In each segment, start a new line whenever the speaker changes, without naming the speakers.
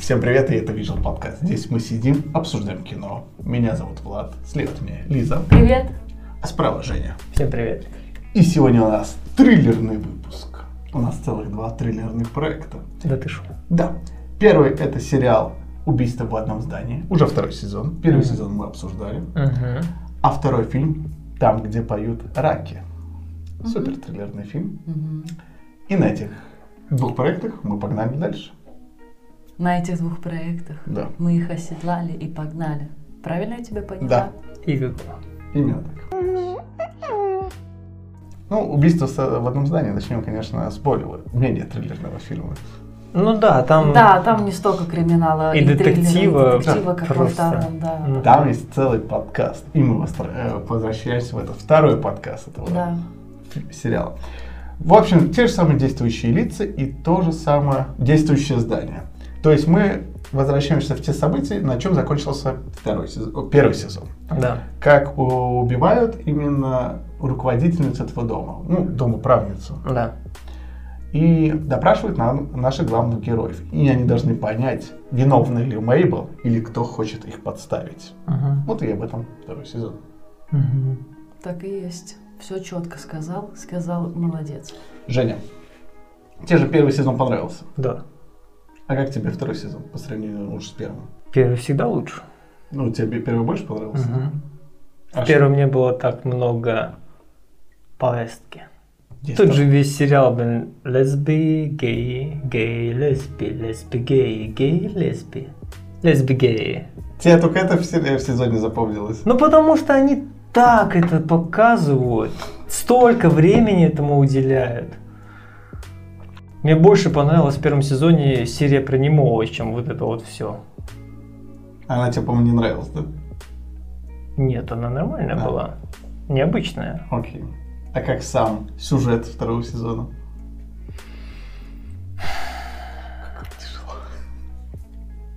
Всем привет, и это Visual Podcast. Здесь мы сидим, обсуждаем кино. Меня зовут Влад, слева от меня Лиза,
Привет.
а справа Женя.
Всем привет.
И сегодня у нас триллерный выпуск. У нас целых два триллерных проекта.
Да ты шо?
Да, первый это сериал «Убийство в одном здании». Уже второй сезон. Первый
Мгм.
сезон мы обсуждали.
Угу.
А второй фильм «Там, где поют раки». Супер триллерный фильм. И на этих двух проектах мы погнали дальше.
На этих двух проектах
Да,
мы их оседлали и погнали. Правильно я тебя поняла?
Да.
И какого?
именно так. Ну, убийство с- в одном здании, начнем, конечно, с более менее триллерного фильма.
Ну да, там...
Да, там не столько криминала
И
триллера,
детектива,
и детектива,
да,
как во
просто.
втором, да.
Мгм.
Там есть целый подкаст, и мы востро- э, возвращаемся в этот второй подкаст этого
Да.
фи- сериала. В общем, те же самые действующие лица и то же самое действующее здание. То есть мы возвращаемся в те события, на чем закончился второй сезон, о, первый сезон.
Да.
Как убивают именно руководительницу этого дома, ну, дома правницу.
Да.
и допрашивают нам наших главных героев. И они должны понять, виновны ли Мейбл или кто хочет их подставить.
Мгм.
Вот и об этом второй сезон.
Мгм.
Так и есть. Все четко сказал, сказал молодец.
Женя, тебе же первый сезон понравился.
Да.
А как тебе второй сезон по сравнению лучше с первым?
Первый всегда лучше.
Ну, тебе первый больше понравился?
Мгм.
А
В первом не было так много повестки.
что здесь
Тут
там?
же весь сериал, блин, лесби, геи, геи, лесби, лесби, геи, геи, лесби, лесби, геи.
Тебе только это в, се- в сезоне запомнилось.
Ну потому что они так это показывают, столько времени этому уделяют. Мне больше понравилась в первом сезоне серия про немого, чем вот это вот все.
Она тебе, по-моему, не нравилась, да?
Нет, она нормальная
Да.
была. Необычная.
Окей. А как сам сюжет второго сезона? Как это тяжело.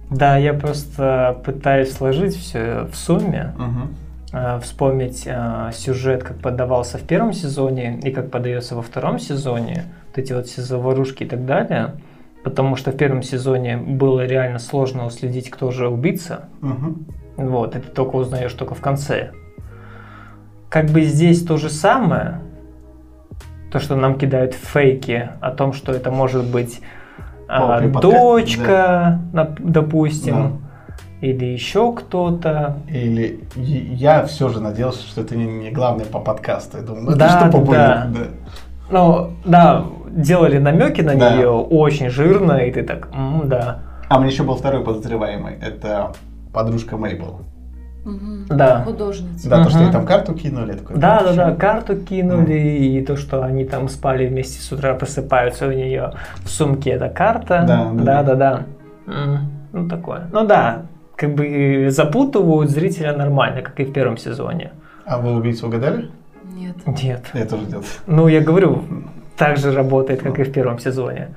Да, я просто пытаюсь сложить все в сумме,
Мгм.
э, вспомнить э, сюжет, как подавался в первом сезоне и как подается во втором сезоне, вот эти вот все заварушки и так далее, потому что в первом сезоне было реально сложно уследить, кто же убийца,
Мгм.
Вот, и ты только узнаешь только в конце. Как бы здесь то же самое, то, что нам кидают фейки о том, что это может быть а,
при подкасте,
дочка, нап- допустим, или еще кто-то.
Или и- я все же надеялся, что это не, не главное по подкасту. Я думал, ну это
Да,
что побудет,
да.
да.
Ну, да, делали намеки на
Да.
нее очень жирно, и ты так, «М, да,
А мне еще был второй подозреваемый. Это подружка Мейбл.
Мгм.
Да.
Художница.
Да, то, что
Мгм.
ей там карту кинули. я такой,
Да, да,
«Вообще».
да, карту кинули, и то, что они там спали вместе с утра, просыпаются у нее в сумке, эта карта.
Да, да,
да, да. да. М, Ну, такое. Ну да, как бы запутывают зрителя нормально, как и в первом сезоне.
А вы убийцу угадали?
Нет.
Нет.
Я тоже делал.
Ну, я говорю, так же работает, как и в первом сезоне.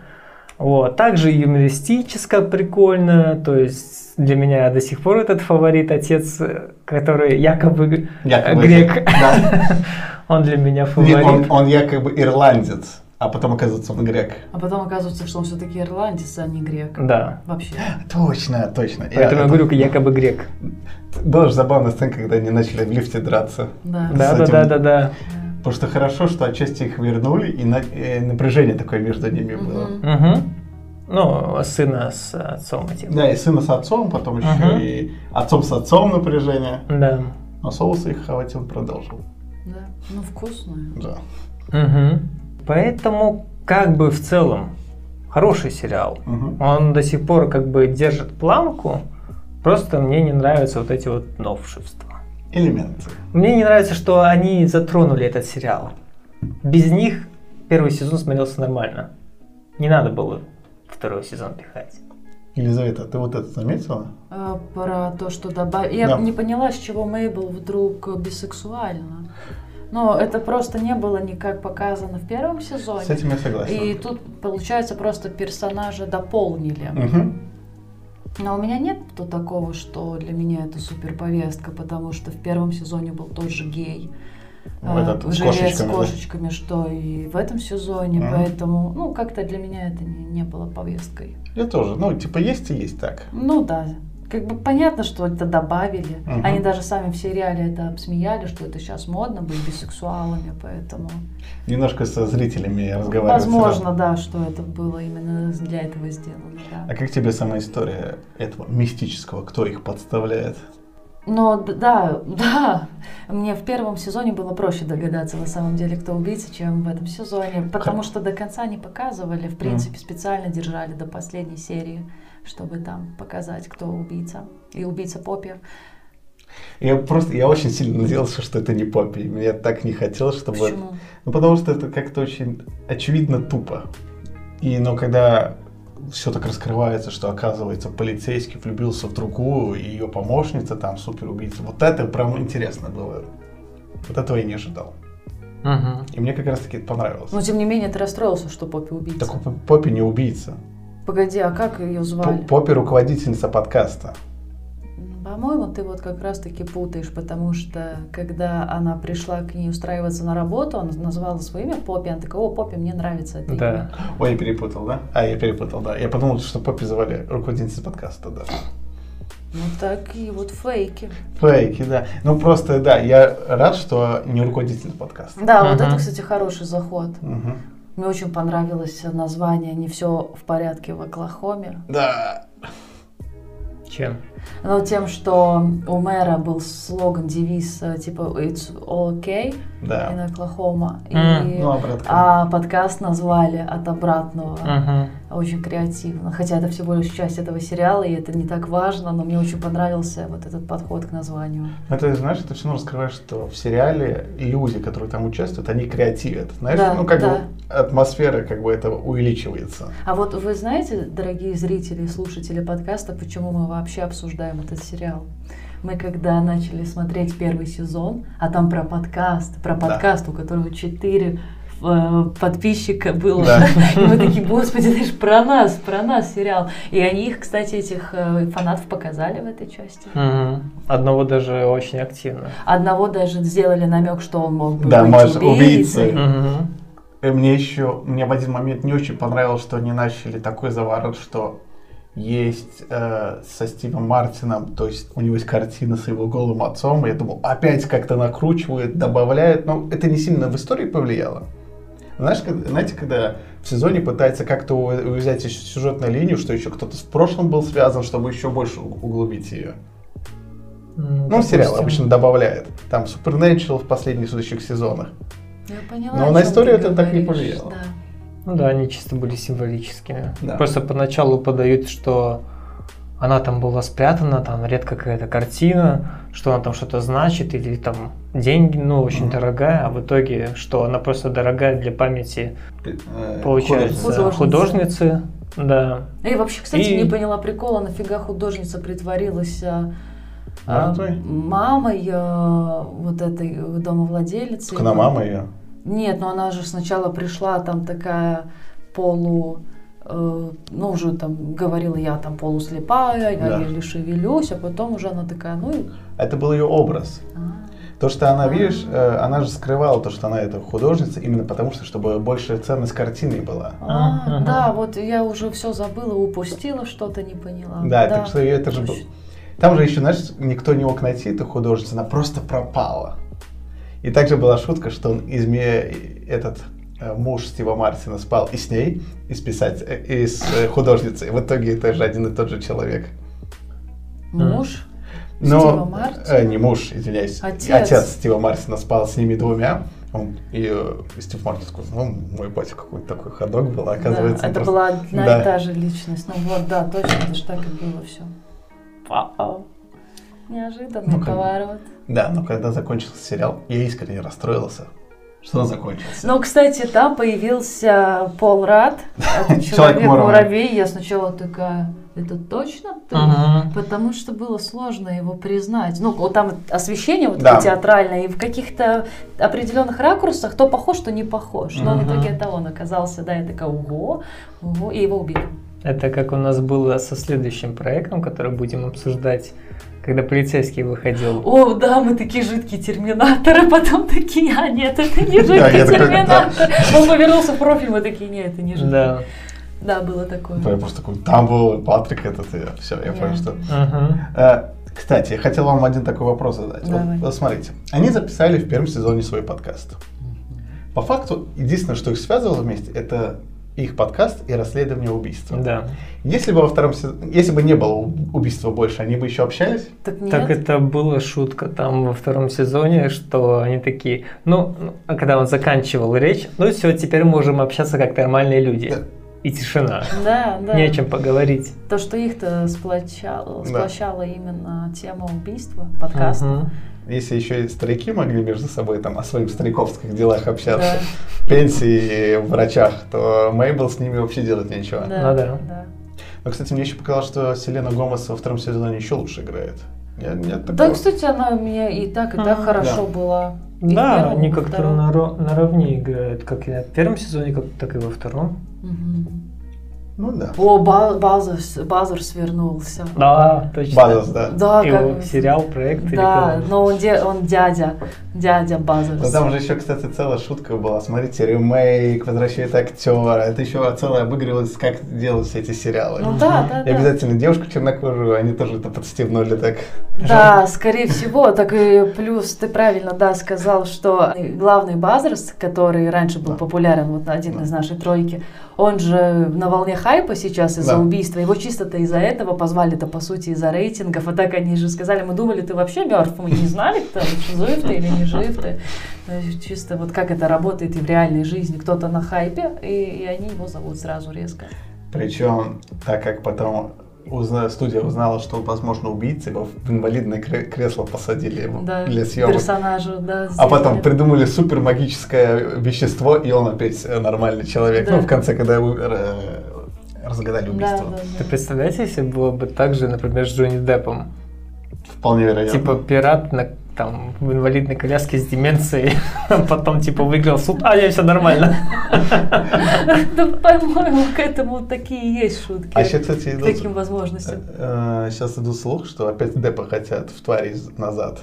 Вот. Также юмористическо прикольно, то есть для меня до сих пор этот фаворит отец, э, который якобы
Якобы-
грек.
Да.
он для меня
Нет,
фаворит.
он, он якобы ирландец, а потом оказывается он грек.
А потом оказывается, что он все-таки ирландец, а не грек.
Да.
Вообще.
Точно, точно. Я-
Поэтому я
это-
говорю, якобы грек.
Была же забавная сцена, когда они начали в лифте драться.
Да.
Да, да,
этим-
да, да, да.
Потому что хорошо, что отчасти их вернули, и, на- и напряжение такое между ними было.
Мгм.
Мгм. Ну, сына с отцом этим.
Да, и сына с отцом, потом еще
Ага.
и отцом с отцом напряжение.
Да.
Но соусы их хавать он продолжил.
Да. Ну, вкусная.
Да.
Мгм. Поэтому, как бы в целом, хороший сериал.
Мгм.
Он до сих пор как бы держит планку, просто мне не нравятся вот эти вот новшества.
Элементы.
Мне не нравится, что они затронули этот сериал. Без них первый сезон смотрелся нормально. Не надо было второй сезон пихать.
Елизавета, ты вот это заметила?
А, про то, что добавили. Я
Да.
не поняла, с чего Мейбл вдруг бисексуальна. Но это просто не было никак показано в первом сезоне.
С этим я
И
согласен.
тут, получается, просто персонажа дополнили.
Мгм.
Но у меня нет то такого, что для меня это супер повестка, потому что в первом сезоне был тот же гей.
В Ну, этот, с
А, уже с
кошечками, да?
кошечками, что и в этом сезоне,
Мгм.
поэтому, ну, как-то для меня это не, не было повесткой.
Я тоже. Ну, типа, есть и есть так.
Ну да, как бы понятно, что это добавили.
Мгм.
Они даже сами в сериале это обсмеяли, что это сейчас модно быть бисексуалами, поэтому
Немножко со зрителями я разговаривал.
возможно, да, что это было именно для этого сделано, да.
А как тебе сама история этого мистического? Кто их подставляет?
Но д- да, да, мне в первом сезоне было проще догадаться на самом деле, кто убийца, чем в этом сезоне, потому что до конца не показывали, в принципе, специально держали до последней серии, чтобы там показать, кто убийца и убийца Поппи.
Я просто, я очень сильно надеялся, что это не Поппи. Мне так не хотелось, чтобы...
Почему?
Ну, потому что это как-то очень очевидно тупо. И, но когда все так раскрывается, что, оказывается, полицейский влюбился в другую, и ее помощница там суперубийца. Вот это прям интересно было. Вот этого я не ожидал.
Мгм.
И мне как раз-таки это понравилось.
Но Ну, тем не менее ты расстроился, что Поппи убийца.
Так у П- Поппи не убийца.
Погоди, а как ее
П-
звали?
Поппи руководительница подкаста.
М, По-моему, ты вот как раз-таки путаешь, потому что когда она пришла к ней устраиваться на работу, она назвала свое имя Поппи, она такая, о, Поппи, мне нравится это имя.
Да.
Ой, я перепутал, да? А, я перепутал, да. Я подумал, что Поппи звали руководительница подкаста, да.
Ну такие вот фейки.
Фейки, да. Ну просто, да, я рад, что не руководительница подкаста.
Да, вот
Мгм.
это, кстати, хороший заход.
Мгм.
Мне очень понравилось название «Не все в порядке в Оклахоме».
Да.
Чем?
Ну, тем, что у мэра был слоган, девиз э, типа «It's okay
Да.
in Oklahoma». И,
М,
Ну, обратно.
а подкаст назвали «От обратного».
Мгм.
Очень креативно. Хотя это всего лишь часть этого сериала, и это не так важно, но мне очень понравился вот этот подход к названию.
Это, знаешь, это все равно раскрывает, что в сериале люди, которые там участвуют, они креативят. Знаешь,
Да,
ну как
да.
бы атмосфера как бы этого увеличивается.
А вот вы знаете, дорогие зрители и слушатели подкаста, почему мы вообще обсуждаем этот сериал? Мы когда начали смотреть первый сезон, а там про подкаст, про
Да.
подкаст, у которого 4 подписчика было.
Да.
И мы такие, господи, это ж про нас, про нас сериал. И они их, кстати, этих э, фанатов показали в этой части.
Мгм. Одного даже очень активно.
Одного даже сделали намек, что он мог бы
Да,
быть
может,
убийцей.
убийцей.
Мгм.
И Э, мне еще, мне в один момент не очень понравилось, что они начали такой заворот, что есть э, со Стивом Мартином, то есть у него есть картина с его голым отцом, и я думал, опять как-то накручивают, добавляют, но это не сильно в истории повлияло. Знаешь, как- знаете, когда в сезоне пытается как-то у- взять еще сюжетную линию, что еще кто-то в прошлом был связан, чтобы еще больше уг- углубить ее. Ну, сериал
допустим.
обычно добавляет. Там Supernatural в последних следующих сезонах.
Я поняла,
Но
о
на
чем
историю
ты
это так не
говоришь,
повлияло.
да.
Ну да, они чисто были символическими.
Да.
Просто поначалу подают, что она там была спрятана, там редко какая-то картина, что она там что-то значит, или там деньги, ну, очень
Мгм.
дорогая, а в итоге, что она просто дорогая для памяти,
Э,
получается,
художник.
Художницы.
художницы. Да.
Я вообще, кстати,
И-
не поняла прикола, нафига художница притворилась а, а,
Мертвой?
мамой а, вот этой э, домовладелицы.
Только на мама ее.
Нет, но она же сначала пришла там такая полу... э, ну, уже там говорила, я там полуслепая, я
Да.
еле шевелюсь, а потом уже она такая, ну и...
Это был ее образ.
а.
То, что она, видишь, э, она же скрывала то, что она это художница, именно потому что, чтобы большая ценность картины была.
А,
Ага.
Да, вот я уже все забыла, упустила, что-то не поняла.
Да, так что её это же
Точно.
был- Там же еще, знаешь, никто не мог найти эту художницу, она просто пропала. И также была шутка, что он изме... этот э, муж Стива Мартина спал и с ней, и с, писать... э, и с э, художницей. В итоге это же один и тот же человек.
Муж? Стива Мартина?
э, не муж, извиняюсь.
Отец.
Стива Мартина спал с ними двумя. Он- и э, Стив Мартин сказал, ну, мой батя какой-то такой ходок был, а оказывается.
Да,
он
это
просто-
была одна
Да.
и та же личность. Ну вот, да, точно, это же так и было все. Неожиданный
Ну, как-
поворот.
Да, но когда закончился сериал, я искренне расстроился, что он закончился.
Ну, кстати, там появился Пол Рад, это
Человек-муравей.
человек-муравей. Я сначала такая, это точно ты?
Мгм.
Потому что было сложно его признать. Ну, вот там освещение вот
Да.
такое театральное, и в каких-то определенных ракурсах то похож, то не похож. Но в
Мгм.
итоге это он оказался, да, я такая, ого, ого, и его убили.
Это как у нас было со следующим проектом, который будем обсуждать, когда полицейский выходил.
О, да, мы такие жидкие терминаторы, потом такие, а нет, это не
Да, я
жидкий
такой, да.
терминатор. Он повернулся в профиль, мы такие, нет, это не жидкий.
Да.
Да, было такое.
Я просто такой, там был Патрик этот, и все, я
Да.
понял, что...
Мгм.
Э, Кстати, я хотел вам один такой вопрос задать. Вот,
Давай.
вот смотрите, они записали в первом сезоне свой подкаст. По факту, единственное, что их связывало вместе, это их подкаст и расследование убийства.
Да.
Если бы во втором сезоне, если бы не было у- убийства больше, они бы еще общались?
Так нет.
Так это была шутка там во втором сезоне, что они такие, ну, ну, а когда он заканчивал речь, ну все, теперь мы можем общаться как нормальные люди.
Да.
И тишина.
Да, да.
Не о чем поговорить.
То, что их-то сплочало,
Да.
сплощала именно тема убийства, подкаст.
Мгм.
Если еще и старики могли между собой там о своих стариковских делах
Да,
общаться, пенсии, врачах, то Мейбл с ними вообще делать нечего.
да,
Ну да.
да.
Но, кстати, мне еще показалось, что Селена Гомес во втором сезоне еще лучше играет. Нет, нет такого.
Да, кстати, она у меня и так, и так
Мгм.
хорошо
Да.
была. И в
А, Да,
первом, и
они
во
как-то
втором.
наро- наравне играют, как и в первом сезоне, как, так и во втором.
Мгм.
Ну да.
О, Ба- Базар, Базар свернулся.
Да, точно.
Базис, да.
Да,
Его
как-
сериал, проект или как
Да,
он?
но он, де- он дядя, дядя Базар.
Но Ну, там же еще, кстати, целая шутка была. Смотрите, ремейк, возвращает актера. Это еще целое обыгрывалось, как делают все эти сериалы.
Ну да, да,
И
да.
обязательно девушку чернокожую, они тоже это подстегнули так.
Да, скорее всего, так и плюс ты правильно, да, сказал, что главный Базарс, который раньше был
Да.
популярен, вот один
Да.
из нашей тройки, он же на волне хайпа сейчас из-за
Да.
убийства, его чисто-то из-за этого позвали-то, по сути, из-за рейтингов, а так они же сказали, мы думали, ты вообще мертв, мы не знали, кто, жив ты или не жив ты. То есть Чисто вот как это работает и в реальной жизни, кто-то на хайпе, и, и они его зовут сразу резко.
Причем, так как потом узна- студия узнала, что он, возможно, убийца, его в инвалидное кре- кресло посадили его
Да,
Ну, для съемок.
персонажу, да.
А потом
сделали.
придумали супер магическое вещество, и он опять э, нормальный человек.
Да.
Ну, в конце, когда его, э, разгадали
Да,
убийство.
да,
Ты
да.
представляете, если было бы так же, например, с Джонни Деппом?
Вполне вероятно.
Типа пират на, там, в инвалидной коляске с деменцией, а потом типа выиграл суд, а я все нормально.
Да, по-моему, к этому такие есть шутки.
А еще, кстати,
К
идут, Э,
таким возможностям.
сейчас идут слух, что опять Деппа хотят в твари из- назад.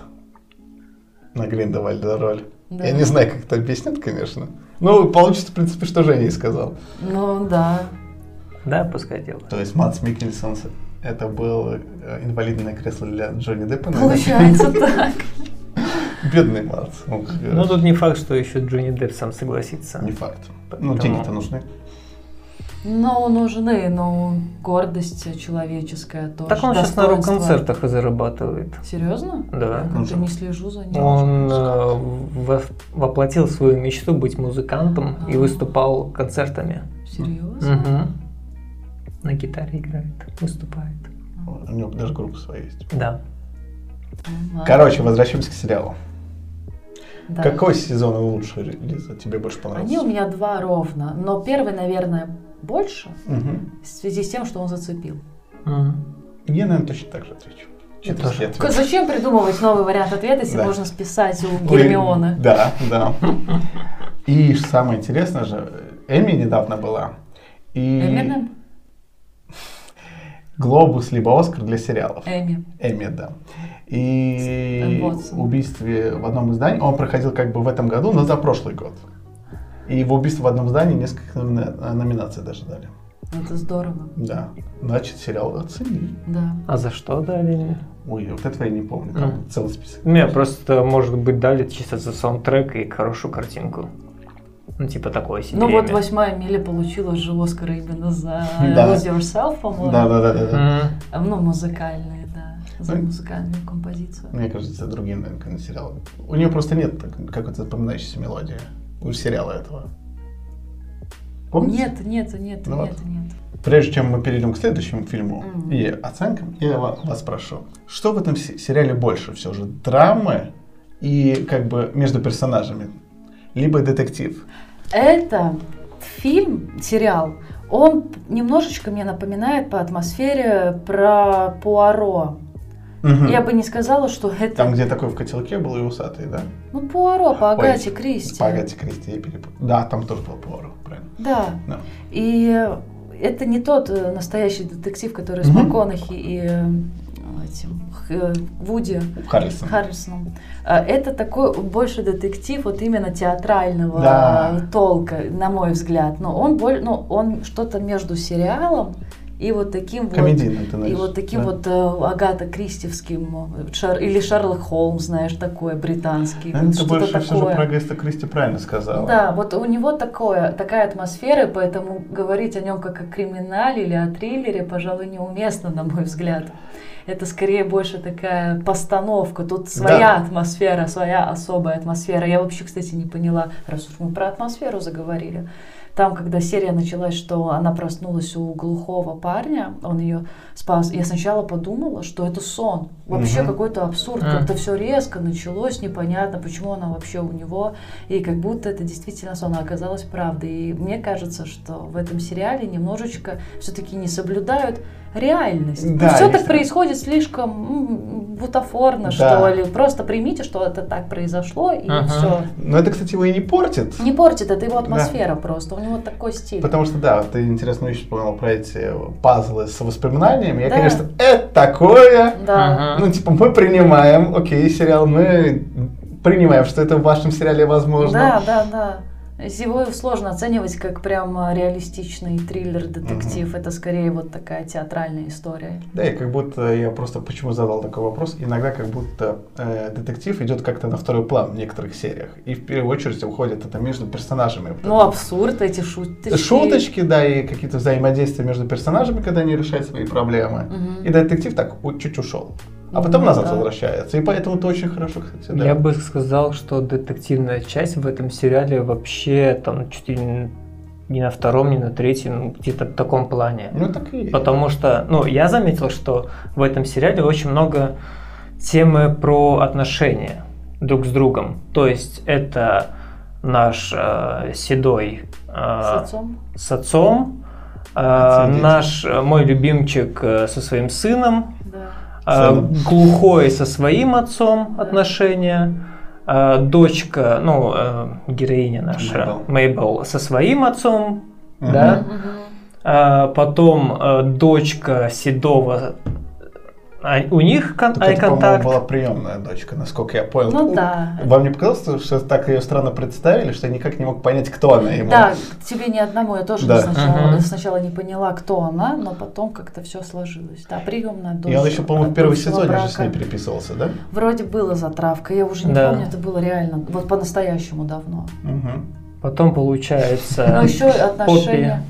На Гриндевальда роль.
Да.
Я не знаю, как это объяснят, конечно. Ну, получится, в принципе, что Женя и сказал.
Ну да.
Да, пускай делает.
То есть Матс Микельсон это был э, инвалидное кресло для Джонни Деппа. наверное.
Получается так.
Бедный Матс. Ну, как
Ну
говорится,
тут не факт, что еще Джонни Депп сам согласится.
не факт. Ну,
Потому-
деньги-то нужны.
Ну, нужны, но гордость человеческая тоже.
Так он сейчас на
достоинство.
рок-концертах и зарабатывает.
Серьезно?
Да.
Я не слежу за ним.
Он э, во- воплотил свою мечту быть музыкантом и выступал концертами.
Серьезно?
э, Мгм. На гитаре играет, выступает.
У него даже группа своя есть.
Да.
Ну, ладно.
Короче, возвращаемся к сериалу.
Да.
Какой сезон лучше, Лиза, тебе больше
Они у
понравился?
меня два ровно, но первый, наверное, больше
Мгм.
в связи с тем, что он зацепил.
Мгм.
Я, наверное, точно так же отвечу.
Я
Чё-то
тоже.
я
К-
отвечу.
Зачем придумывать новый вариант ответа, если
Типа. Да.
можно списать у
Ой,
Гермионы?
Да, да. И самое интересное же, Эми недавно была. И
Эминем?
Глобус либо Оскар для сериалов.
Эми.
Эми, да. И
Эм, Уотсон.
убийстве в одном из зданий. Он проходил как бы в этом году, но за прошлый год. И в убийство в одном здании несколько номина- э, номинаций даже дали.
Это здорово.
Да. Значит, сериал оценили.
Да.
А за что дали?
Ой, вот этого я не помню. Там
Мгм.
целый список.
Мне просто, может быть, дали чисто за саундтрек и хорошую картинку. Ну, типа такое себе.
Ну вот
имя.
восьмая миля получила же Оскар именно за
Да.
Lose Yourself, по-моему.
Да, да, да, да. да.
Мгм.
А, Ну, музыкальные, да. За
Ну,
музыкальную композицию.
Мне кажется, другим, наверное, на сериал. У нее просто нет так- какой-то запоминающейся мелодии. У сериала этого. Помните?
Нет, нет, нет,
Ну
нет,
вот.
нет.
Прежде чем мы перейдем к следующему фильму
Мгм.
и оценкам, я ва- вас спрошу, что в этом се- сериале больше все же? Драмы и как бы между персонажами? Либо детектив?
Это фильм, сериал, он немножечко мне напоминает по атмосфере про Пуаро.
Мгм.
Я бы не сказала, что это...
Хм. Там, где такой в котелке был и усатый, да?
Ну, Пуаро по
Ой,
Агате Кристи.
По Агате Кристи я перепутал. Да, там тоже был Пуаро, правильно.
Да.
Да.
И это не тот э, настоящий э, детектив, который с
Мгм.
МакКонахи и э, этим Х- э, Вуди
Харрисон.
Харрисоном. Э, Это такой больше детектив вот именно театрального
Да.
э, толка, на мой взгляд. Но он боль, ну он что-то между сериалом и вот таким вот
Комедийный, ты
и
знаешь,
вот таким
да.
вот э, Агата Кристевским э, Шар- или Шерлок Холмс, знаешь, такой британский.
Наверное,
вот
ты
что-то
больше все же
такое.
про Гэста Кристи правильно сказала.
Да, вот у него такое, такая атмосфера, и поэтому говорить о нем как о криминале или о триллере, пожалуй, неуместно, на мой взгляд. Это скорее больше такая постановка. Тут своя атмосфера, своя особая атмосфера. Я вообще, кстати, не поняла, раз уж мы про атмосферу заговорили. Там, когда серия началась, что она проснулась у глухого парня, он ее спас. Я сначала подумала, что это сон. Вообще
Мгм.
какой-то абсурд.
А.
Мгм.
Как-то все резко началось, непонятно, почему она вообще у него. И как будто это действительно сон, а оказалось правдой. И мне кажется, что в этом сериале немножечко все-таки не соблюдают реальность.
Да,
все
есть
так
такое.
происходит слишком м, бутафорно,
Да.
что ли. Просто примите, что это так произошло, и
Ага.
все.
Но это, кстати, его и не портит.
Не портит это его
Да.
атмосфера просто. У него такой стиль.
Потому что, да, ты интересную вещь вспомнил про эти пазлы с воспоминаниями. Я,
Да.
конечно, это такое.
Да.
Ага.
Ну, типа, мы принимаем, окей, сериал, мы принимаем, что это в вашем сериале возможно.
Да, да, да. Его сложно оценивать как прям а, реалистичный триллер-детектив. Это скорее вот такая театральная история.
Да, и как будто я просто почему задал такой вопрос. Иногда как будто э, детектив идет как-то на второй план в некоторых сериях. И в первую очередь уходит это между персонажами. Вот
Ну,
это.
абсурд, эти шуточки.
шуточки, да, и какие-то взаимодействия между персонажами, когда они решают свои проблемы.
Мгм.
И детектив так у- чуть ушел. А
Ну,
потом назад
да.
возвращается. И поэтому это очень хорошо, кстати, да.
Я бы сказал, что детективная часть в этом сериале вообще там чуть ли не не на втором, не на третьем, ну, где-то в таком плане.
Ну так и есть.
Потому что, ну, я заметил, что в этом сериале очень много темы про отношения друг с другом. То есть это наш э, седой э,
С отцом.
с отцом, э,
Отцы и дети.
наш э, мой любимчик э, со своим сыном,
Да.
э,
Сыном.
глухой со своим отцом
Да.
отношения, э, дочка, ну, э, героиня наша,
Мейбл.
Мейбл, со своим отцом,
Мгм.
да,
Мгм.
а, Потом э, дочка Седова. а, У них кон-
Так это, по-моему,
ай-контакт.
была приемная дочка, насколько я понял.
Ну
У-
да.
Вам не показалось, что так ее странно представили, что я никак не мог понять, кто она ему?
Да, тебе ни одному, я тоже не
Да.
сначала,
Мгм.
сначала не поняла, кто она, но потом как-то все сложилось. Да, приемная дочь.
И он еще, по-моему, в
от
первом
бывшего
сезоне же с
брака.
ней переписывался, да?
Вроде была затравка, я уже не
Да.
помню, это было реально, вот по-настоящему давно.
Мгм.
Потом
Но
э,
получается.
еще Ну, отношения.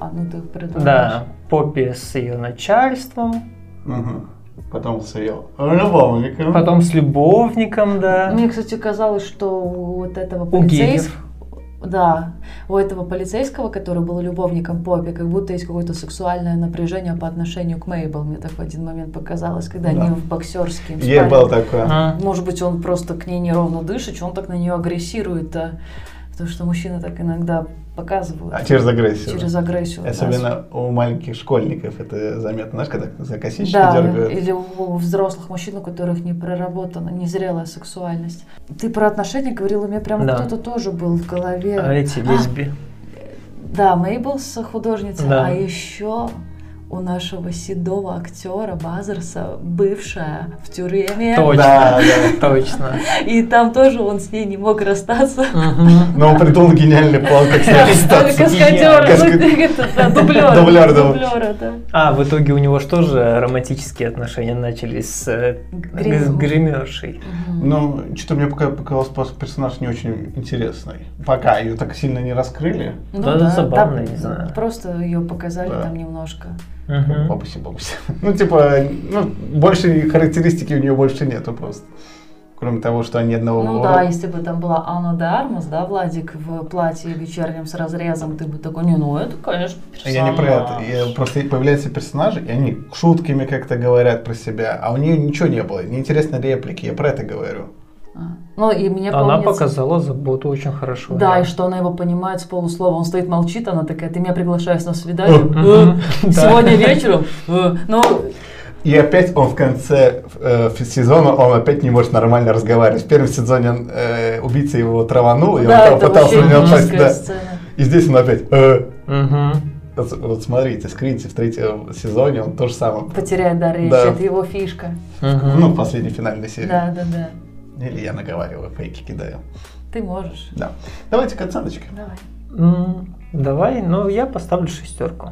А, ну ты их придумаешь.
Да, Поппи с ее начальством,
Мгм. Потом с ее любовником.
потом с любовником, да.
Мне, кстати, казалось, что у вот этого
У геев.
полицейского... Да, у этого полицейского, который был любовником Поппи, как будто есть какое-то сексуальное напряжение по отношению к Мейбл. Мне так в один момент показалось, когда
Да.
они в боксерском
Ей было такое.
А,
Может быть, он просто к ней неровно дышит, что он так на нее агрессирует, а? потому что мужчины так иногда показывают
А через агрессию.
через агрессию. да.
Особенно у маленьких школьников это заметно, знаешь, когда за косички
Да,
дергают.
или у взрослых мужчин, у которых не проработана незрелая сексуальность. Ты про отношения говорила, у меня прямо
Да.
кто-то тоже был в голове.
а эти лесби.
Да, Мейбл с художницей,
Да.
а еще у нашего седого актера Базерса бывшая в тюрьме.
Точно.
Да, да.
Точно.
И там тоже он с ней не мог расстаться.
Мгм.
Но Ну, он придумал гениальный план, как с ней расстаться.
Каскадера,
Каска-
ну, ты это, да, дублера.
Дублер, да.
дублера, да.
А, в итоге у него же тоже романтические отношения начались с, э,
Грим.
с гримершей.
Мгм.
Ну, что-то мне пока показалось пос- персонаж не очень интересный. Пока ее так сильно не раскрыли.
Ну
Да,
да,
забавно,
там
не знаю.
Просто ее показали
Да.
там немножко.
Мгм.
Бабуси, бабуси. Ну, типа, ну, больше характеристики у нее больше нету просто. Кроме того, что они одного
Ну
рода.
да, если бы там была Анна де Армас, да, Владик в платье вечернем с разрезом, ты бы такой, не, ну это, конечно, персонаж.
Я не про это. Я просто появляются персонажи, и они шутками как-то говорят про себя, а у нее ничего не было. Неинтересны реплики, я про это говорю.
А. Ну и мне
Она
помнится-
показала заботу очень хорошо.
Да, и что она его понимает с полуслова. Он стоит, молчит, она такая, ты меня приглашаешь на
Мгм.
свидание. Э, Сегодня вечером. Э, Ну,
И опять он в конце э, ф- сезона, он опять не может нормально разговаривать. В первом сезоне он, э, убийца его траванул, и
да,
он там
это
пытался
вообще
на него напасть,
эпическая
да.
сцена.
И здесь он опять... э,
Мгм.
вот смотрите, скриньте в третьем сезоне, он то же самое.
Потеряет дар речи,
Да.
это его фишка.
Ну, в последней финальной серии.
Да, да, да.
Или я наговариваю, фейки кидаю.
Ты можешь.
Да. Давайте к оценочке.
Давай.
М, Давай, ну я поставлю шестерку.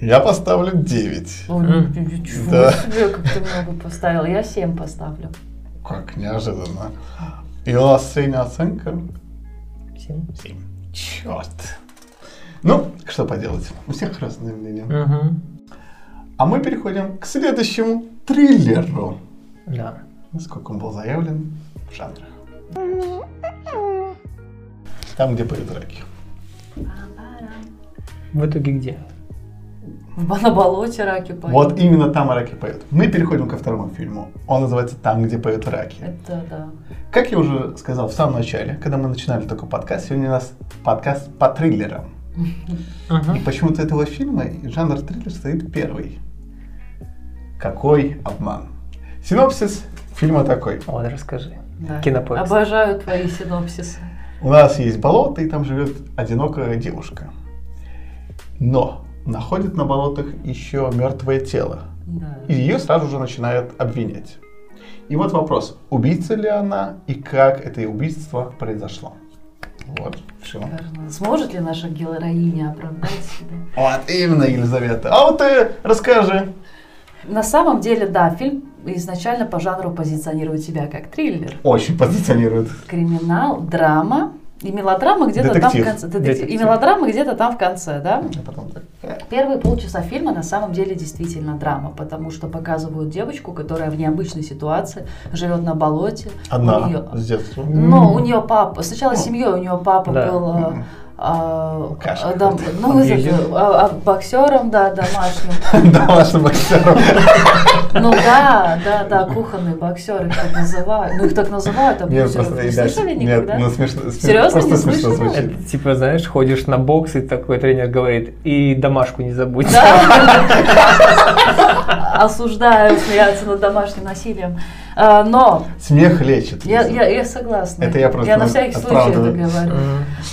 Я поставлю 9.
Ой, ну,
М.
ничего
Да.
себе, как ты много поставил. Я 7 поставлю.
Как неожиданно. И у нас средняя оценка
Семь.
7. Черт. Ну, что поделать, у всех разные мнения.
Мгм.
А мы переходим к следующему триллеру.
Да.
Насколько он был заявлен в жанрах. Там, где были драки.
В итоге где?
В- На болоте раки поют.
Вот именно там раки поют. Мы переходим ко второму фильму. Он называется «Там, где поют раки».
Это да.
Как я уже сказал в самом начале, когда мы начинали только подкаст, сегодня у нас подкаст по триллерам.
Мгм.
И почему-то этого фильма жанр триллер стоит первый. Какой обман. Синопсис фильма такой.
Вот, расскажи.
да.
Кинопоиск.
Обожаю твои синопсисы.
У нас есть болото, и там живет одинокая девушка. Но находит на болотах еще мертвое тело.
Да.
И ее сразу же начинают обвинять. И вот вопрос, убийца ли она и как это убийство произошло. Вот, все.
Шикарно. Сможет ли наша героиня оправдать себя?
Вот именно, Елизавета. А вот ты расскажи.
На самом деле, да, фильм изначально по жанру позиционирует себя как триллер.
Очень позиционирует.
Криминал, драма и мелодрама где-то там в
Детектив.
конце. детектив. И
Детектив.
мелодрама где-то там в конце, да?
А потом так, э,
Первые полчаса фильма на самом деле действительно драма, потому что показывают девочку, которая в необычной ситуации живет на болоте. У
Одна
нее-
с детства.
Но у нее папа, сначала
Ну.
семьей у нее папа
Да.
был э,
Мгм.
а,
Кашка
а, дом-
какой-то.
ну, это,
Боксером.
а, а, боксером, да, домашним.
Да, ваша боксером.
Ну да, да, да, кухонные боксеры их так называют. Ну их так называют, а
Нет,
боксеры.
просто
Вы не
да,
слышали
Нет,
никогда?
ну смешно. смешно,
Серьезно,
Просто
не
смешно
слышала?
звучит.
Это типа, знаешь, ходишь на бокс, и такой тренер говорит, и домашку не забудь.
Да. Осуждаю смеяться над домашним насилием. А, Но
Смех лечит.
я, я, я согласна.
Это я просто
Я на всякий случай это
оправдываю.
говорю.
Мгм.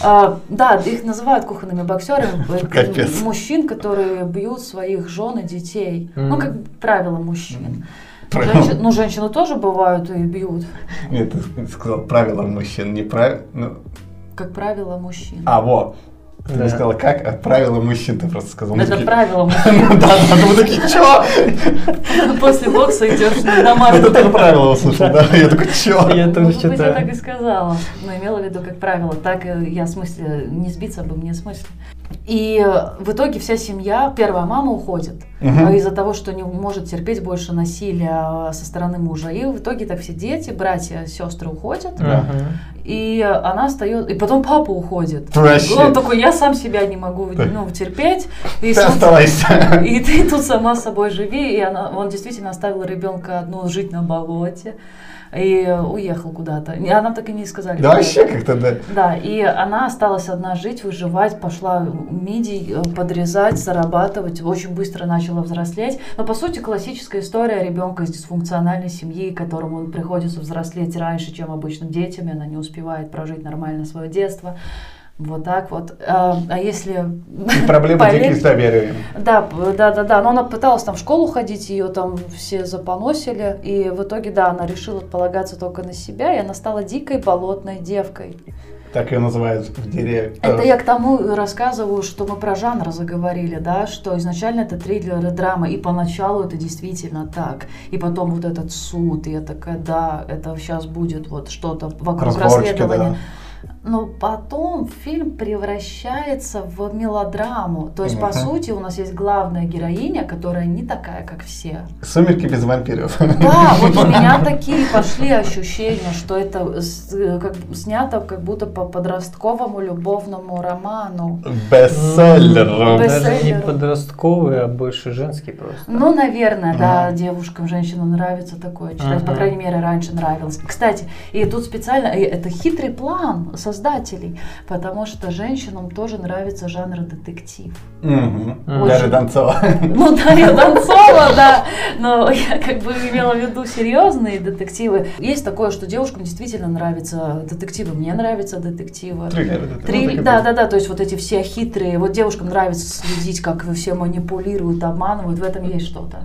А, да, их называют кухонными боксерами. Это
Капец.
Мужчин, которые бьют своих жен и детей. Ну,
Мгм.
как правило, мужчин.
Правило.
Женщи- ну, женщины тоже бывают и бьют.
Нет, ты сказал правила мужчин, не правила. Ну,
Как правило, мужчин.
а, во. Ты
Да.
не сказала как, а правила мужчин ты просто сказал. Мы
Это
такие,
правило мужчин.
Да, да, мы такие, чё?
После бокса идешь на домашнюю.
Это тоже правило услышал, да? Я такой, чё?
Я
Ну,
тоже
может быть, я так и
читаю.
сказала, но имела в виду, как правило, так э, я в смысле, не сбиться бы мне смысл. И э, в итоге вся семья, первая мама уходит
Мгм.
э, из-за того, что не может терпеть больше насилия э, со стороны мужа. И в итоге так все дети, братья, сестры уходят,
Да.
Мгм.
и она остается, и потом папа уходит.
Вообще.
Он такой, я сам себя не могу
Да.
ну, терпеть. И
Ты
солнце-
оставайся.
и ты тут сама с собой живи. И она, он действительно оставил ребенка одну жить на болоте и уехал куда-то. И она так и не сказали.
Да
куда.
вообще как-то, да.
Да, и она осталась одна жить, выживать, пошла мидий э, подрезать, зарабатывать, очень быстро начала взрослеть. Но по сути классическая история ребенка из дисфункциональной семьи, которому он приходится взрослеть раньше, чем обычным детям, и она не успевает прожить нормально свое детство. Вот так вот. А, а если...
И проблемы
полегче-
дикие с доверием.
да, п- да, да, да. Но она пыталась там в школу ходить, ее там все запоносили. И в итоге, да, она решила полагаться только на себя, и она стала дикой болотной девкой.
Так ее называют в э, деревне.
Это я к тому рассказываю, что мы про жанр заговорили, да, что изначально это триллер и драма, и поначалу это действительно так. И потом вот этот суд, и я такая, да, это сейчас будет вот что-то вокруг
Разборочки,
расследования.
да.
Но потом фильм превращается в мелодраму. То есть, по
Мгм.
сути, у нас есть главная героиня, которая не такая, как все.
Сумерки без вампиров.
Да, вот у меня такие пошли ощущения, что это с- э, как бы снято как будто по подростковому любовному роману. ну,
Бестселлером.
Даже не
Бестселлер.
подростковый, а больше женский просто.
Ну, наверное, да,
Мгм.
девушкам, женщинам нравится такое читать. По
Мгм.
крайней мере, раньше нравилось. Кстати, и тут специально, и это хитрый план соз- создателей, потому что женщинам тоже нравится жанр детектив.
Мгм.
Очень.
Даже Донцова.
Ну да, я танцовала, да, но я как бы имела в виду серьезные детективы. Есть такое, что девушкам действительно нравятся детективы, мне нравятся
Ну,
детективы.
Триллер. да,
Три-
вот так и
да,
было.
да, да, то есть вот эти все хитрые, вот девушкам нравится следить, как все манипулируют, обманывают, в этом есть что-то.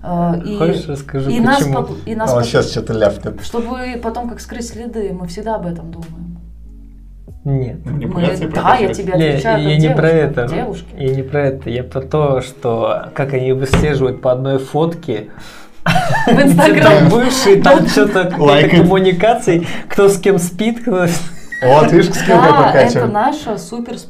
А, И,
Хочешь, расскажи,
и нас,
почему? А,
пот- и нас
Он
пот-
сейчас А, что-то ляфтет.
чтобы потом как скрыть следы, мы всегда об этом думаем.
Нет.
Ну, Манипуляции
Мы- да, я
прокачивать.
тебе
Не,
отвечаю, как
я не
девушка,
про это.
как девушка.
Я не про это. Я про то, что как они выслеживают по одной фотке.
В
Там
Инстаграм.
бывшие, там что-то
Лайкают.
коммуникации. Кто с кем спит, кто...
Вот, видишь, скилл как
Да, это
прокачивает.
наша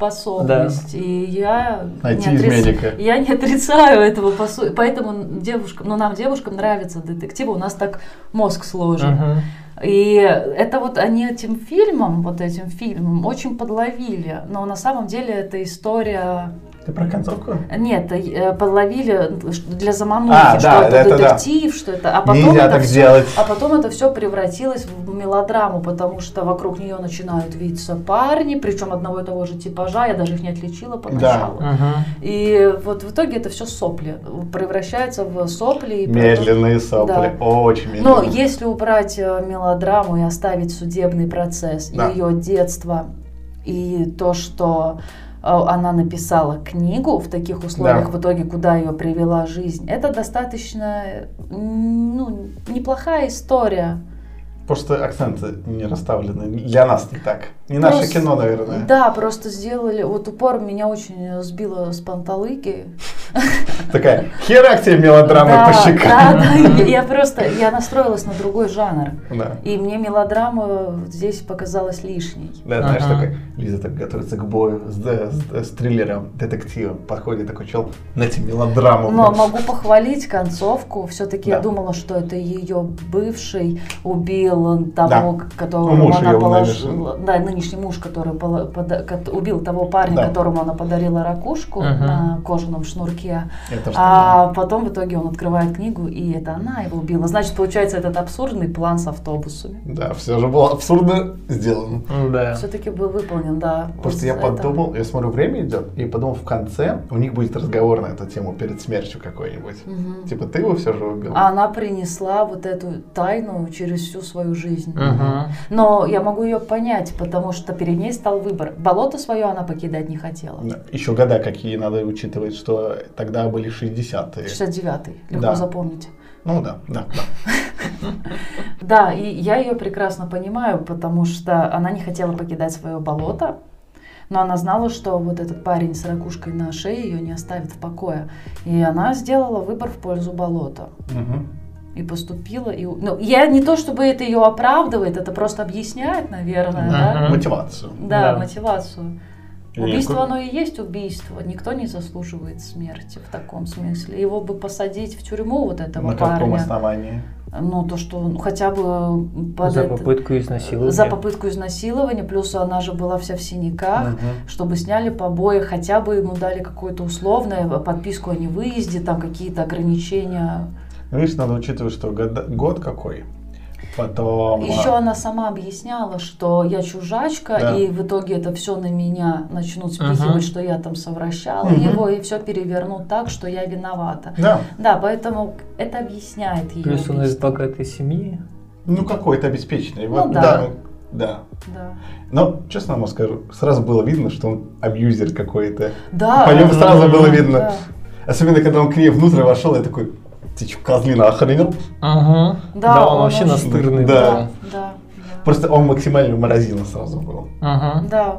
суперспособность. И я
Найти
не отриц-
изменника.
Я не отрицаю этого, по су- поэтому девушкам, но нам, девушкам, нравятся детективы, у нас так мозг сложен.
Мгм.
И это вот они этим фильмом, вот этим фильмом очень подловили. Но на самом деле это история...
Ты про концовку?
Нет, э, подловили для заманухи,
А,
что
да,
это,
это да.
детектив, что это... А потом
Нельзя
это
так
всё-
делать.
а потом это все превратилось в мелодраму, потому что вокруг нее начинают видеться парни, причем одного и того же типажа, я даже их не отличила поначалу.
Мгм.
И вот в итоге это все сопли, превращается в сопли. и
Медленные сопли.
Да.
Очень
но
медленные.
если убрать э, мелодраму и оставить судебный процесс,
Да.
ее детство и то, что э, она написала книгу в таких условиях,
Да.
в итоге куда ее привела жизнь, это достаточно э, м, ну, неплохая история.
Просто акценты не расставлены. Для нас не так. Не наше
Просто-
кино, наверное.
Да, просто сделали. Вот упор меня очень э, сбило с панталыки.
Такая, херак тебе мелодрамы
да,
по щекам.
Да, да, я- я просто, я настроилась на другой жанр.
Да.
И мне мелодрама здесь показалась лишней.
Да, знаешь,
Ага.
такой, Лиза так готовится к бою с, с- с триллером, детективом. Подходит такой чел, на тебе мелодраму.
Но могу похвалить концовку.
Ну,
Все-таки
Да.
я думала, что это ее бывший убил э, того,
Да.
к- которого
Ну, муж
она
её
положила. Да, нынешний муж, который пола- пода- кот- убил того парня,
Да.
которому она подарила ракушку
Мгм.
на кожаном шнурке.
Это что?
А потом в итоге он открывает книгу, и это она его убила. Значит, получается этот абсурдный план с автобусами.
Да, все же было абсурдно сделано.
Ну Да.
Все-таки был выполнен, да.
Потому что
Вот
я
это.
подумал, я смотрю, время идет, и подумал, в конце у них будет разговор на эту тему перед смертью какой-нибудь.
Мгм.
Типа, ты его все же убил.
А Она принесла вот эту тайну через всю свою жизнь.
Мгм.
Но я могу ее понять, потому что перед ней стал выбор. Болото свое она покидать не хотела.
Еще года какие надо учитывать, что тогда были 60-е.
69-й, легко
Да.
запомнить.
Ну да, да, да.
Да, и я ее прекрасно понимаю, потому что она не хотела покидать свое болото, но она знала, что вот этот парень с ракушкой на шее ее не оставит в покое. И она сделала выбор в пользу болота.
Мгм.
И поступила, и... у- Ну, я не то, чтобы это ее оправдывает, это просто объясняет, наверное, да?
Мгм.
М-м. Мотивацию.
Да,
Да.
мотивацию.
Я
Убийство,
никак-
оно и есть убийство. Никто не заслуживает смерти в таком смысле. Его бы посадить в тюрьму вот этого
На каком
парня.
основании?
Ну, то, что он хотя бы под
За
это-
попытку изнасилования.
за попытку изнасилования, плюс она же была вся в синяках,
Мгм.
чтобы сняли побои, хотя бы ему дали какое-то условное, подписку о невыезде, там какие-то ограничения.
Ну, видишь, надо учитывать, что года- год какой. Потом... а,
Еще она сама объясняла, что я чужачка,
Да.
и в итоге это все на меня начнут
Мгм.
спихивать, что я там совращала
Мгм.
его, и все перевернут так, что я виновата.
Да,
Да, поэтому это объясняет ее.
Плюс он из богатой семьи.
ну какой-то обеспеченный.
Ну
Вот,
да.
да. Да.
Да,
Но, честно вам скажу, сразу было видно, что он абьюзер какой-то.
да
По нему сразу было
да.
видно.
Да.
Особенно, когда он к ней внутрь вошел, я такой, ты че, козлина охренел?
Ага.
Да,
Да, он
он
вообще
очень-
настырный.
Да.
да, да.
Просто он максимально морозило сразу был.
Ага.
Да.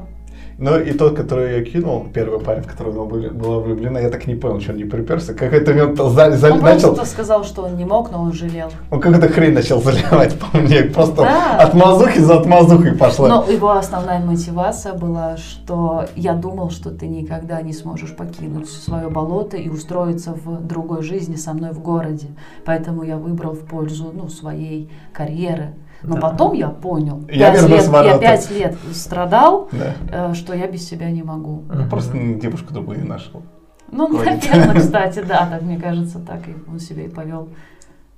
Но и тот, который ее кинул, первый парень, в которого она были- была влюблена, я так не понял, что он не приперся. Какой-то момент за- за-
Он
начал,
просто сказал, что он не мог, но он жалел.
он какую-то хрень начал заливать по мне. Просто
Да.
от мазухи за отмазухой пошла.
Но его основная мотивация была, что я думал, что ты никогда не сможешь покинуть свое болото и устроиться в другой жизни со мной в городе. Поэтому я выбрал в пользу ну, своей карьеры. Но
Да.
потом я понял,
Я
пять
вернусь
лет,
в ворота.
я пять лет страдал,
Да.
э, что я без себя не могу.
Мгм.
Просто м, девушку другую нашел.
Ну,
Ой.
наверное, кстати, да, так мне кажется, так и он себя и повел.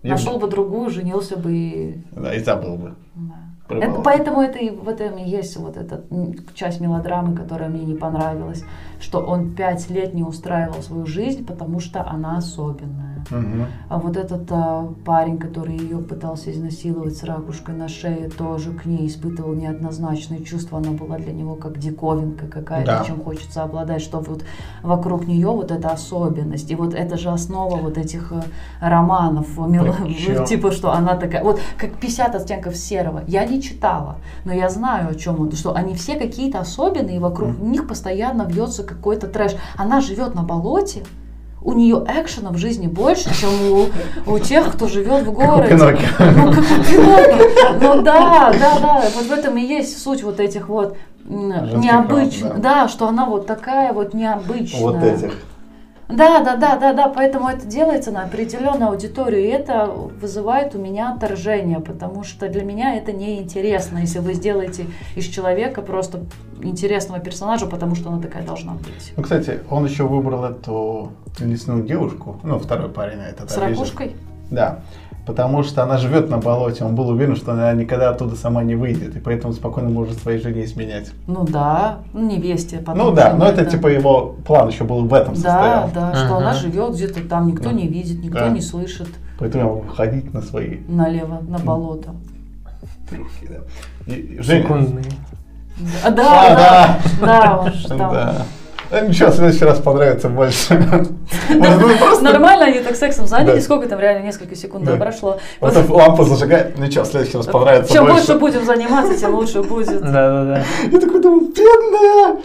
Я бы-
Нашел бы другую, женился бы и...
Да, и забыл бы.
да.
Рыбалка.
Это- поэтому это и в этом и есть вот эта м, часть мелодрамы, которая мне не понравилась, что он пять лет не устраивал свою жизнь, потому что она особенная.
Мгм.
А вот этот а, парень, который ее пытался изнасиловать с ракушкой на шее, тоже к ней испытывал неоднозначные чувства. Она была для него как диковинка какая-то,
Да.
чем хочется обладать, что вот вокруг нее вот эта особенность. И вот это же основа вот этих э, романов, мел-
Причём-
типа, что она такая, вот как 50 оттенков серого. Я не читала, но я знаю, о чем он, что они все какие-то особенные, и вокруг них постоянно вьется какой-то трэш. Она живет на болоте, у нее экшена в жизни больше, чем у, у тех, кто живет в
Как у
городе.
Пиноккио.
Ну, как у Пиноккио. Ну да, да, да. Вот в этом и есть суть вот этих вот
Женских
необычных.
прав,
Да, что она вот такая вот необычная.
Вот этих.
Да, да, да, да, да, поэтому это делается на определенную аудиторию, и это вызывает у меня отторжение, потому что для меня это неинтересно, если вы сделаете из человека просто интересного персонажа, потому что она такая должна быть.
Ну, кстати, он еще выбрал эту лесную девушку, ну, второй парень, это
С ракушкой?
Да, потому что она живет на болоте, он был уверен, что она никогда оттуда сама не выйдет, и поэтому спокойно может своей жене изменять.
Ну да, ну, невесте. потом
ну да,
всем
но это
это.
типа его план еще был в этом
Да,
состоял.
да, что она
Мгм.
живет где-то там, никто
Да.
не видит, никто
Да.
не слышит
Поэтому ему выходить на свои
налево, на болото.
трюки, да. И- и- Женя.
Секундные.
А,
А,
да, да, да, он же там.
Да. А Ничего, в следующий раз понравится больше. Может, ну, просто-
Нормально они так сексом занялись,
Да.
сколько там реально несколько секунд
Да.
да, прошло.
Вот так лампу зажигает. ну Ничего, в следующий раз понравится
Чем
больше.
больше будем заниматься, тем лучше будет.
Да-да-да.
Я такой думал, бедная.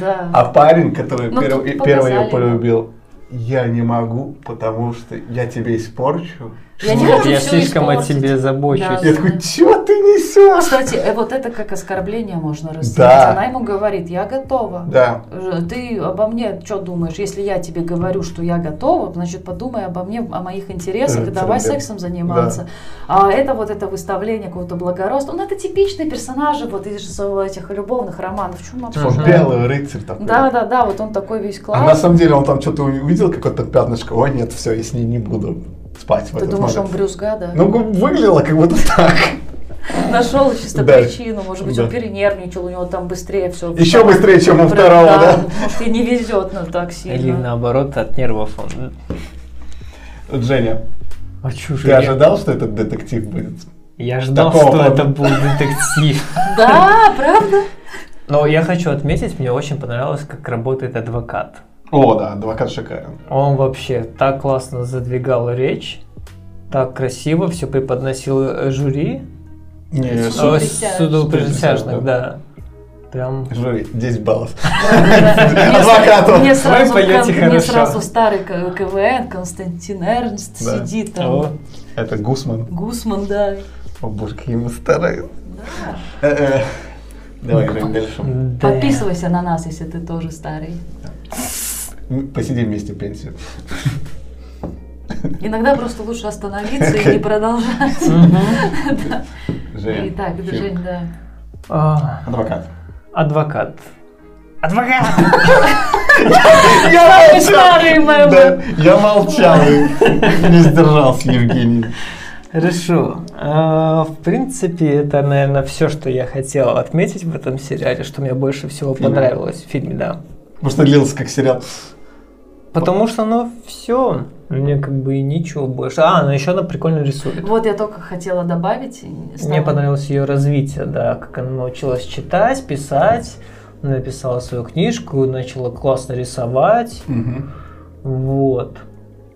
Да.
А парень, который
Ну,
первый,
тут
первый ее
показали.
полюбил, я не могу, потому что я тебе испорчу.
Я не
Нет,
хочу
я
всё
слишком о
испортить.
тебе забочусь.
Я такой, чего ты несешь?
Кстати, э, вот это как оскорбление можно расценить.
Да.
Она ему говорит, я готова.
Да,
Э, Ты обо мне что думаешь? Если я тебе говорю, что я готова, значит, подумай обо мне, о моих интересах, и
Э,
давай
терпеть.
сексом заниматься. А это вот это выставление какого-то благородства. Ну, это типичные персонажи вот из э, этих любовных романов. В чем
типа
Мгм.
обсуждать?
белый рыцарь такой.
Да, да, да, вот он такой весь
А на
классный.
самом деле он там что-то увидел, какое-то пятнышко. О, нет, все, я с ней не буду спать в
Ты
этот
думаешь, он
момент.
брюзга, да?
Ну, выглядело как будто так.
Нашел чисто
Да.
причину, может быть, он
Да.
перенервничал, у него там быстрее все.
Еще быстрее, чем у второго, да?
Может, и не везет на так
Или
сильно.
наоборот, от нервов он...
Женя,
А чё же
ты
я-
ожидал, что этот детектив будет?
Я ждал,
Такого
что
плана.
это был детектив.
Да, правда?
Но я хочу отметить, мне очень понравилось, как работает адвокат.
О, да, адвокат шикарен.
Он вообще так классно задвигал речь, так красиво все преподносил э, жюри,
Не,
Суд
э,
присяжных.
суду
Суд присяжных,
присяжных, да. Прям
Жюри, 10 баллов.
Мне
Адвокату.
сра- Мне
Вы
сразу,
поете
кон- мне
хорошо.
сразу старый к- КВН, Константин Эрнст
Да.
сидит
О.
там.
Это Гусман.
Гусман, да.
О, боже, какие мы старые.
Да.
Э-э. Э, Давай, Жень, дальше.
да.
Подписывайся на нас, если ты тоже старый.
М, Посидим вместе пенсию.
Иногда просто лучше остановиться и не
Окей.
продолжать.
Мгм.
Женя.
Итак, да,
фильм.
Жень, да.
А,
Адвокат.
Адвокат. Адвокат!
Я
Ты старый мем.
Да, я молчал и не сдержался, Евгений.
Хорошо. А, В принципе, это, наверное, все, что я хотел отметить в этом сериале, что мне больше всего
Фильме.
понравилось в фильме, да.
Потому что длился как сериал.
Потому что, ну, все. Мне как бы и ничего больше. А, ну еще она прикольно рисует.
Вот я только хотела добавить. и стала-
Мне понравилось ее развитие, да, как она научилась читать, писать, написала свою книжку, начала классно рисовать,
Мгм.
вот.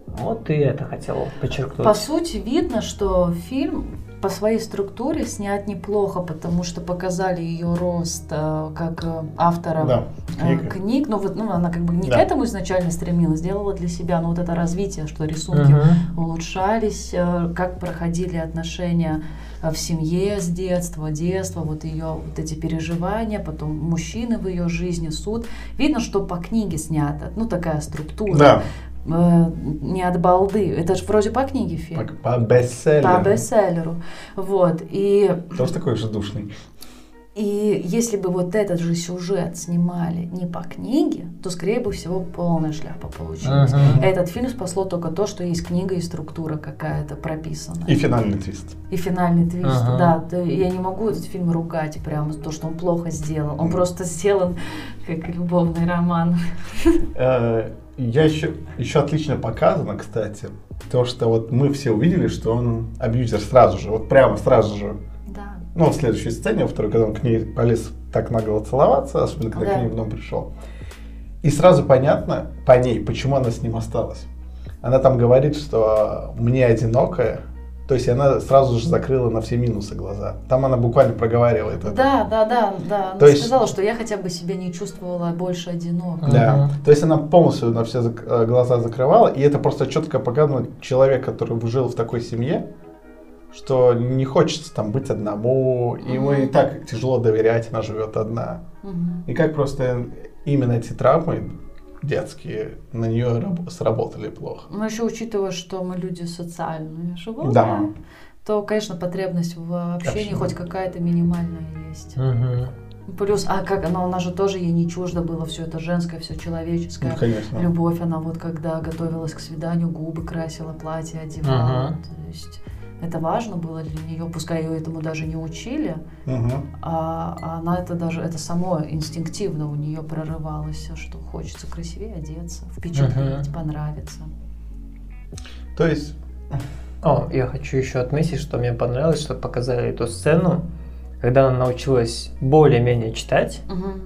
Вот и это хотел подчеркнуть.
По сути, видно, что фильм по своей структуре снят неплохо, потому что показали ее рост э, как э, автора
Да,
э,
А, книга.
книг. Ну, вот, ну, она как бы не
Да.
к этому изначально стремилась, сделала для себя, но вот это развитие, что рисунки
Мгм.
улучшались, э, как проходили отношения э, в семье с детства, детства, вот ее вот эти переживания, потом мужчины в ее жизни, суд. Видно, что по книге снято, ну такая структура,
Да,
Э, не от балды. Это же вроде по книге
по-
фильм.
по бестселлеру.
По бестселлеру. Вот. И
Тоже такой же душный.
И если бы вот этот же сюжет снимали не по книге, то, скорее бы всего, полная шляпа получилась.
Мгм.
Этот фильм спасло только то, что есть книга и структура какая-то прописана.
И финальный твист.
И финальный твист,
Ага.
да. Ты- Я не могу этот фильм ругать прямо за то, что он плохо сделан. Он просто сделан как любовный роман.
Э, Я еще, еще отлично показано, кстати, то, что вот мы все увидели, что он абьюзер сразу же, вот прямо сразу же.
Да.
Ну, в следующей сцене, во второй, когда он к ней полез так нагло целоваться, особенно когда
Да.
к ней в дом пришел. И сразу понятно по ней, почему она с ним осталась. Она там говорит, что мне одинокая, то есть она сразу же закрыла на все минусы глаза. Там она буквально проговаривает это.
Да, да, да, да. Она
То есть-
сказала, что я хотя бы себя не чувствовала больше одинокой.
Да.
Мгм.
То есть она полностью на все зак- э, глаза закрывала, и это просто четко показано человек, который жил в такой семье, что не хочется там быть одному, и ему и так тяжело доверять, она живет одна.
Мгм.
И как просто именно эти травмы детские на нее раб- сработали плохо.
Но еще учитывая, что мы люди социальные животные,
Да.
то, конечно, потребность в общении
Общение.
хоть какая-то минимальная есть.
Мгм.
Плюс, а как она, она же тоже ей не чуждо было все это женское, все
Ну,
человеческое.
конечно.
Любовь, она вот когда готовилась к свиданию, губы красила, платье одевала.
Ага.
То есть это важно было для нее, пускай ее этому даже не учили,
Мгм.
а а она это даже, это само инстинктивно у нее прорывалось, что хочется красивее одеться, впечатлить,
Мгм.
понравиться.
То есть,
О, я хочу еще отметить, что мне понравилось, что показали эту сцену, когда она научилась более-менее читать.
Мгм.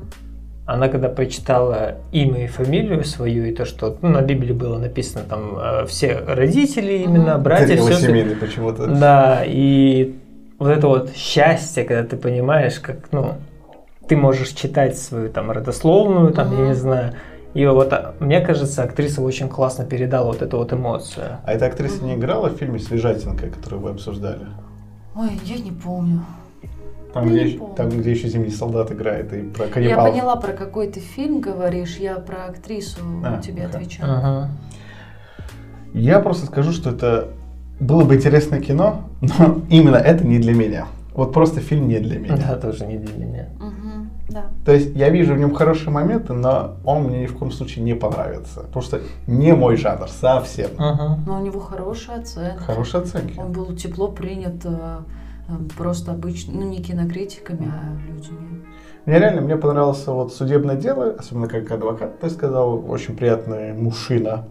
Она когда прочитала имя и фамилию свою, и то, что ну, на Библии было написано там э, все родители именно,
Мгм.
братья,
дерево
сестры.
семейный почему-то.
Да, и вот это вот счастье, когда ты понимаешь, как, ну, ты можешь читать свою там родословную, там, я
Мгм.
не знаю. И вот, а, мне кажется, актриса очень классно передала вот эту вот эмоцию.
А эта актриса не играла в фильме «Свежатинка», который вы обсуждали?
Ой, я не помню.
Там,
Да
где,
не
еще-
помню.
там, где еще «Зимний солдат» играет, и про
Я
каннибалов.
поняла, про какой ты фильм говоришь, я про актрису
А,
тебе
окей.
отвечаю.
Ага.
Я просто скажу, что это было бы интересное кино, но именно это не для меня. Вот просто фильм не для меня.
Да, тоже не для меня.
Мгм, Да.
То есть я вижу в нем хорошие моменты, но он мне ни в коем случае не понравится. Потому что не мой жанр совсем.
Ага.
Но у него хорошая оценка.
Хорошие оценки.
Он был тепло принят э, э, просто обычно, ну не кинокритиками, а людьми.
Мне реально, мне понравился вот судебное дело, особенно как адвокат, ты сказал, очень приятный мужчина,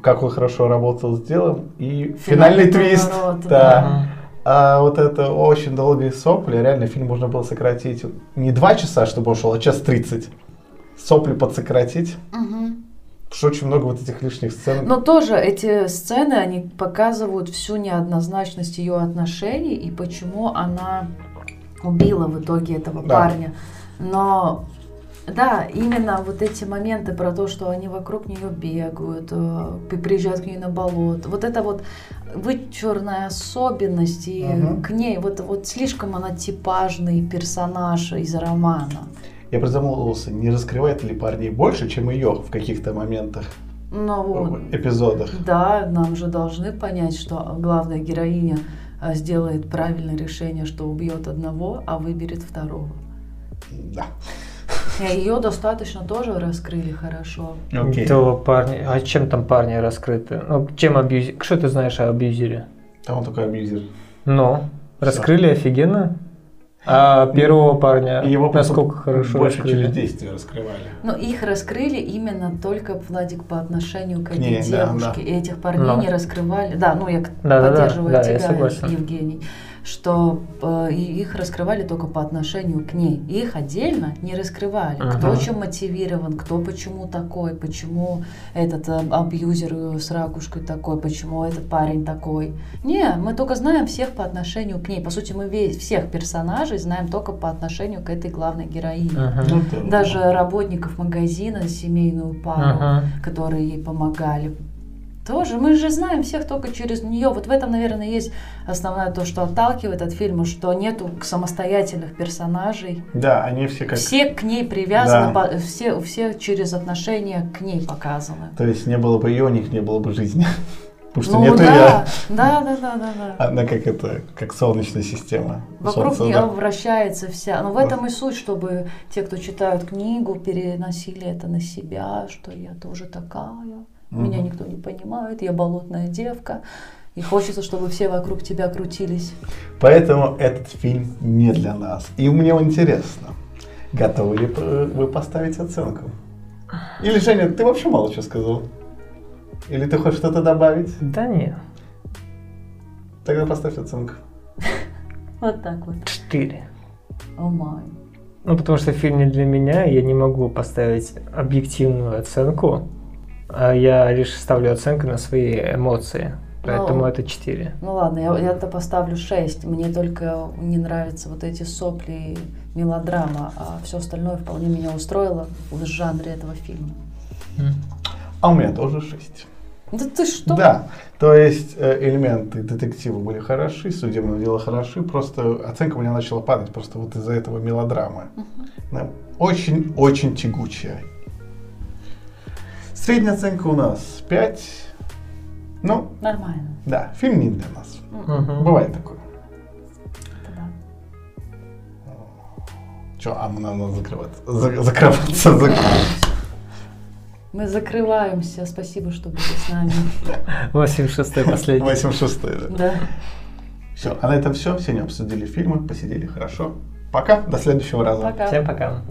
как он хорошо работал с делом, и финальный,
Финальный
твист.
поворот,
да.
да.
А вот это очень долгие сопли, реально фильм можно было сократить не два часа, чтобы он шел, а час 30. Сопли подсократить,
Мгм.
потому что очень много вот этих лишних сцен.
Но тоже эти сцены, они показывают всю неоднозначность ее отношений и почему она убила в итоге этого
Да.
парня. Но да, именно вот эти моменты про то, что они вокруг нее бегают, э, при- приезжают к ней на болото. Вот это вот вычурная особенность и
Мгм.
к ней, вот, вот слишком она типажный персонаж из романа.
Я призадумывался, не раскрывает ли парней больше, чем ее в каких-то моментах,
Но
в эпизодах.
Да, нам же должны понять, что главная героиня э, сделает правильное решение, что убьет одного, а выберет второго.
Да.
Ее достаточно тоже раскрыли хорошо.
Этого парня. А чем там парни раскрыты? Ну, чем абьюзер? Что ты знаешь о абьюзере?
Там он такой абьюзер.
Ну, раскрыли офигенно. А первого парня
Ну, И его просто
насколько хорошо
больше
раскрыли?
через действия раскрывали.
Но их раскрыли именно только, Владик, по отношению к этой
ней, да,
девушке.
да.
И этих парней
Но.
не раскрывали. Да, ну я к-
Ну. Да, да, да,
поддерживаю
да, я
тебя,
согласен.
Евгений, что э, и- их раскрывали только по отношению к ней. И их отдельно не раскрывали. Кто
Ага.
чем мотивирован, кто почему такой, почему этот э, абьюзер э, с ракушкой такой, почему этот парень такой. Не, мы только знаем всех по отношению к ней. По сути, мы весь, всех персонажей знаем только по отношению к этой главной героине.
Ага.
Ну, да.
Даже работников магазина, семейную пару,
Ага.
которые ей помогали. Тоже, мы же знаем всех только через нее. Вот в этом, наверное, есть основное то, что отталкивает от фильма, что нету к- самостоятельных персонажей.
Да, они все как...
Все к ней привязаны,
Да.
по- все, все через отношения к ней показаны.
То есть не было бы ее, у них не было бы жизни. Потому что
Ну
нету
да,
я.
да, да, да, да, да.
Она как это, как солнечная система.
Вокруг
Солнце,
нее
да.
вращается вся. Но в
Да.
этом и суть, чтобы те, кто читают книгу, переносили это на себя, что я тоже такая, меня
Мгм.
никто не понимает, я болотная девка. И хочется, чтобы все вокруг тебя крутились.
Поэтому этот фильм не для нас. И мне интересно, готовы ли п- вы поставить оценку? Или, Женя, ты вообще мало что сказал? Или ты хочешь что-то добавить?
Да не.
Тогда поставь оценку.
Вот так вот.
Четыре.
О май.
Ну, потому что фильм не для меня, я не могу поставить объективную оценку. а Я лишь ставлю оценку на свои эмоции. Поэтому
Ну.
это 4.
Ну ладно, я, я-то поставлю 6. Мне только не нравятся вот эти сопли и мелодрама, а все остальное вполне меня устроило в жанре этого фильма.
А у меня тоже 6.
Да ты что?
Да, то есть э, элементы детектива были хороши, судебное дело хороши, просто оценка у меня начала падать просто вот из-за этого мелодрамы.
Мгм.
Она Очень-очень тягучая. Средняя оценка у нас 5. Ну,
Нормально.
да, фильм не для нас.
М,
Бывает такое.
это да.
Че, а мы нам надо закрываться. За- закрываться, закрываться.
Мы закрываемся. Спасибо, что были с нами.
86 последний.
86 да.
Да.
Все, а на этом все. Сегодня обсудили фильмы, посидели хорошо. Пока, до следующего раза.
Пока.
Всем пока.